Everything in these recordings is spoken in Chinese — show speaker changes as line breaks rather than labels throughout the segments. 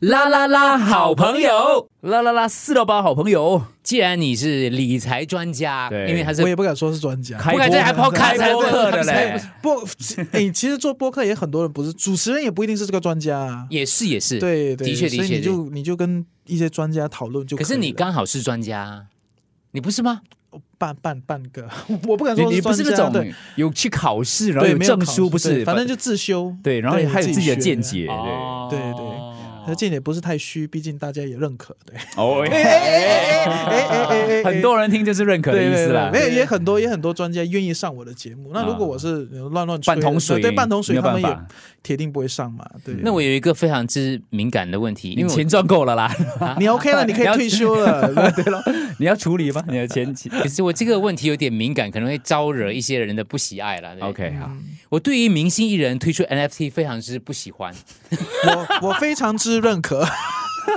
啦啦啦，好朋友。
啦啦啦，四六八好朋友，
既然你是理财专家，
对
因为他是
我也不敢说是专家。
开
我感觉还抛开
开播课的嘞，
不， 哎，其实做播客也很多人不是主持人，也不一定是这个专家啊。
也是也是，
对对，
的确
所以
的确
你
的
就你就跟一些专家讨论就
可
以
是你
了
刚好是专家，你不是吗？
半半半个， 我不敢
你
说
你不是
专
那
家
种
对
有去考试，然后
对没有
证
考
书，
试
不是，
对反正就自修。
对，然后
对
还有自己的
自己学啊
见解，对，
对
哦
对而且也不是太虚，毕竟大家也认可。对，
哦，
哎哎哎哎，
很多人听就是认可的
对
意
对
思
对，
啦
没。有也很多也很多专家愿意上我的节目。那如果我是乱乱吹
啊半桶水，
对半桶
没
水，
有
他
办
们也
法，
铁定不会上嘛。对，
那我有一个非常之敏感的问题，因
你
为
钱赚够了啦，
你 OK 了，你可以退休了。
对了，你要处理吗？你的钱
我可是我这个问题有点敏感，可能会招惹一些人的不喜爱了。对
，OK 好，
我对于明星艺人推出 NFT 非常之不喜欢，
我我非常之认可。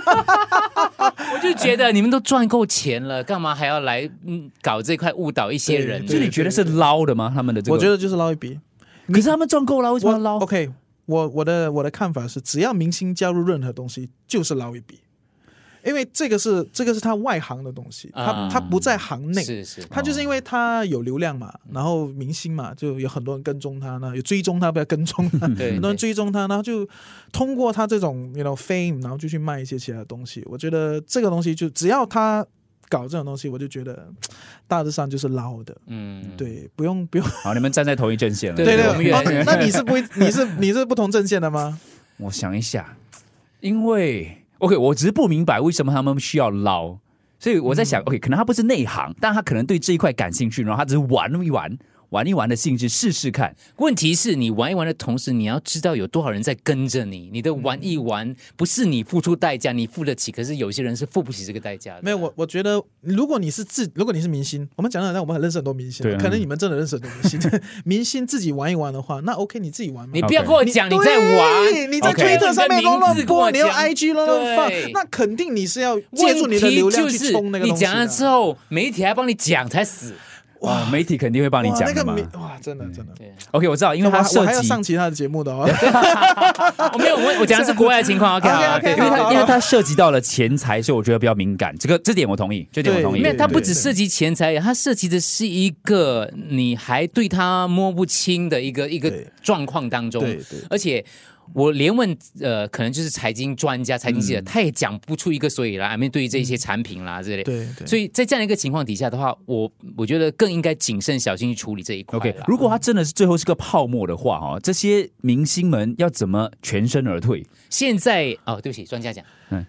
我就觉得你们都赚够钱了，干嘛还要来嗯搞这块误导一些人呢？
所
对
以你觉得是捞的吗？他们的这个，
我觉，得就是捞一笔。
可是他们赚够了，为什么
我
要捞？
OK，我我的我的看法是，只要明星加入任何东西，就是捞一笔，因为这个是这个是他外行的东西，
啊
他他不在行内。
是是，
他就是因为他有流量嘛，然后明星嘛，就有很多人跟踪他呢，有追踪他，不要跟踪他，
对
很多人追踪他，然后就通过他这种 you know fame，然后就去卖一些其他的东西。我觉得这个东西就只要他搞这种东西，我就觉得大致上就是捞的，
嗯，
对，不用不用
好，你们站在同一阵线了。
对
对对，
我们原来
哦
是
那你是 不会，你是你是不同阵线的吗？
我想一下，因为 OK，我只是不明白为什么他们需要捞，所以我在想、o
嗯
k 可能他不是内行，但他可能对这一块感兴趣，然后他只是玩一玩。玩一玩的性质试试看，
问题是你玩一玩的同时，你要知道有多少人在跟着你。你的玩一玩，不是你付出代价，你付得起，可是有些人是付不起这个代价的。
没有，我我觉得如果你是自，如果你是明星，我们讲讲，但我们很认识很多明星，
对
嗯
啊
可能你们真的认识很多明星， 明星自己玩一玩的话，那 OK，你自己玩嘛。
你不要跟我 讲你在玩，
对你在
OK
推特上面乱
你的名字跟
乱
我
播，
讲
你用 IG 乱乱放
对，
那肯定你 是要
问
借助你的
题
流量
就
去
是
冲那个
你
东西的。
讲了之后，媒体还帮你讲才死。
哇，哦媒体肯定会帮你
哇，
讲嗯
那
的
个
嘛。
明哇，真的真的，
对，
OK，我知道，因为
我
它
还我还
涉
要
及，
上其他的节目的哦。
我没有，我我讲的是国外的情况。OK OK，
OK，OK，
因为
好好
它
好
因为它涉及到了钱财，所以我觉得比较敏感。这个这点我同意，这点我同意。
没有，
对
它不
哦对
只涉及钱财，它涉及的是一个你还对他摸不清的一个一个
对
状况当中。
对对
而且我连问呃，可能就是财经专家、财经记者，
嗯
他也讲不出一个所以来。I mean，对于这些产品啦之类，
对对，
所以在这样一个情况底下的话，我我觉得更应该谨慎小心去处理这一块啦。
OK，如果它真的是最后是个泡沫的话，哈，这些明星们要怎么全身而退？
现在哦，对不起，专家讲，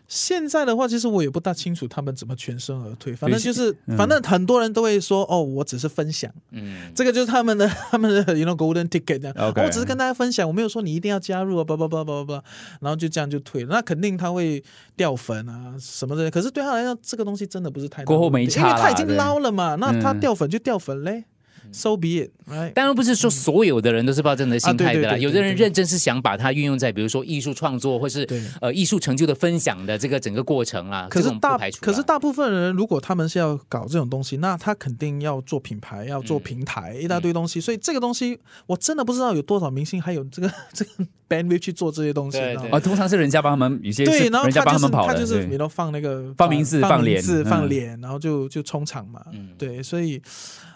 现在的话，其实我也不大清楚他们怎么全身而退。反正
对
就是，反正很多人都会说，哦，我只是分享，
嗯，
这个就是他们的 他们的 you know golden ticket 这样。
OK
哦我只是跟大家分享，我没有说你一定要加入啊，叭叭叭叭叭，然后就这样就退了。那肯定他会掉粉啊什么的。可是对他来讲，这个东西真的不是太大
过后
问题
没差
因为他
啦
已经
对
捞了嘛，那他
嗯
掉粉就掉粉嘞、s
嗯
o be it，right？
当然不是说所有的人都是抱这样的心态的啦，
啊对对对对
有的人
对
认真是想把它运用在比如说艺术创作或是
对
呃艺术成就的分享的这个整个过程啦。
可
这
是
种不
大
排除啦，
可是大部分人如果他们是要搞这种东西，那他肯定要做品牌，要
嗯
做平台，一大堆东西。所以这个东西我真的不知道有多少明星还有这个 这个 bandwidth 去做这些东西。
对
你知道吗
对
哦，通常是人家帮他们，有些是
对，然后
人家帮
他就是
们跑
他
的，
就是
对
你都放那个
放名字
放
放脸
名字
嗯
放脸，然后就就冲场嘛。
嗯
对，所以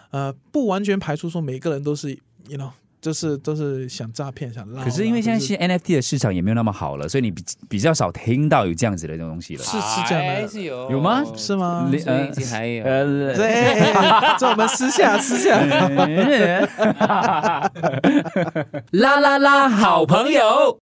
呃，不完全排除说每个人都是，you know，就是都是想诈骗想捞啊。
可是因为现在
就是
NFT 的市场也没有那么好了，所以你比比较少听到有这样子的这种东西了。
是是这样的
还是有
有吗
是吗？
你
最近还有。
呃
对， 哎哎哎这我们私下私下。
呃
啦啦啦，好朋友。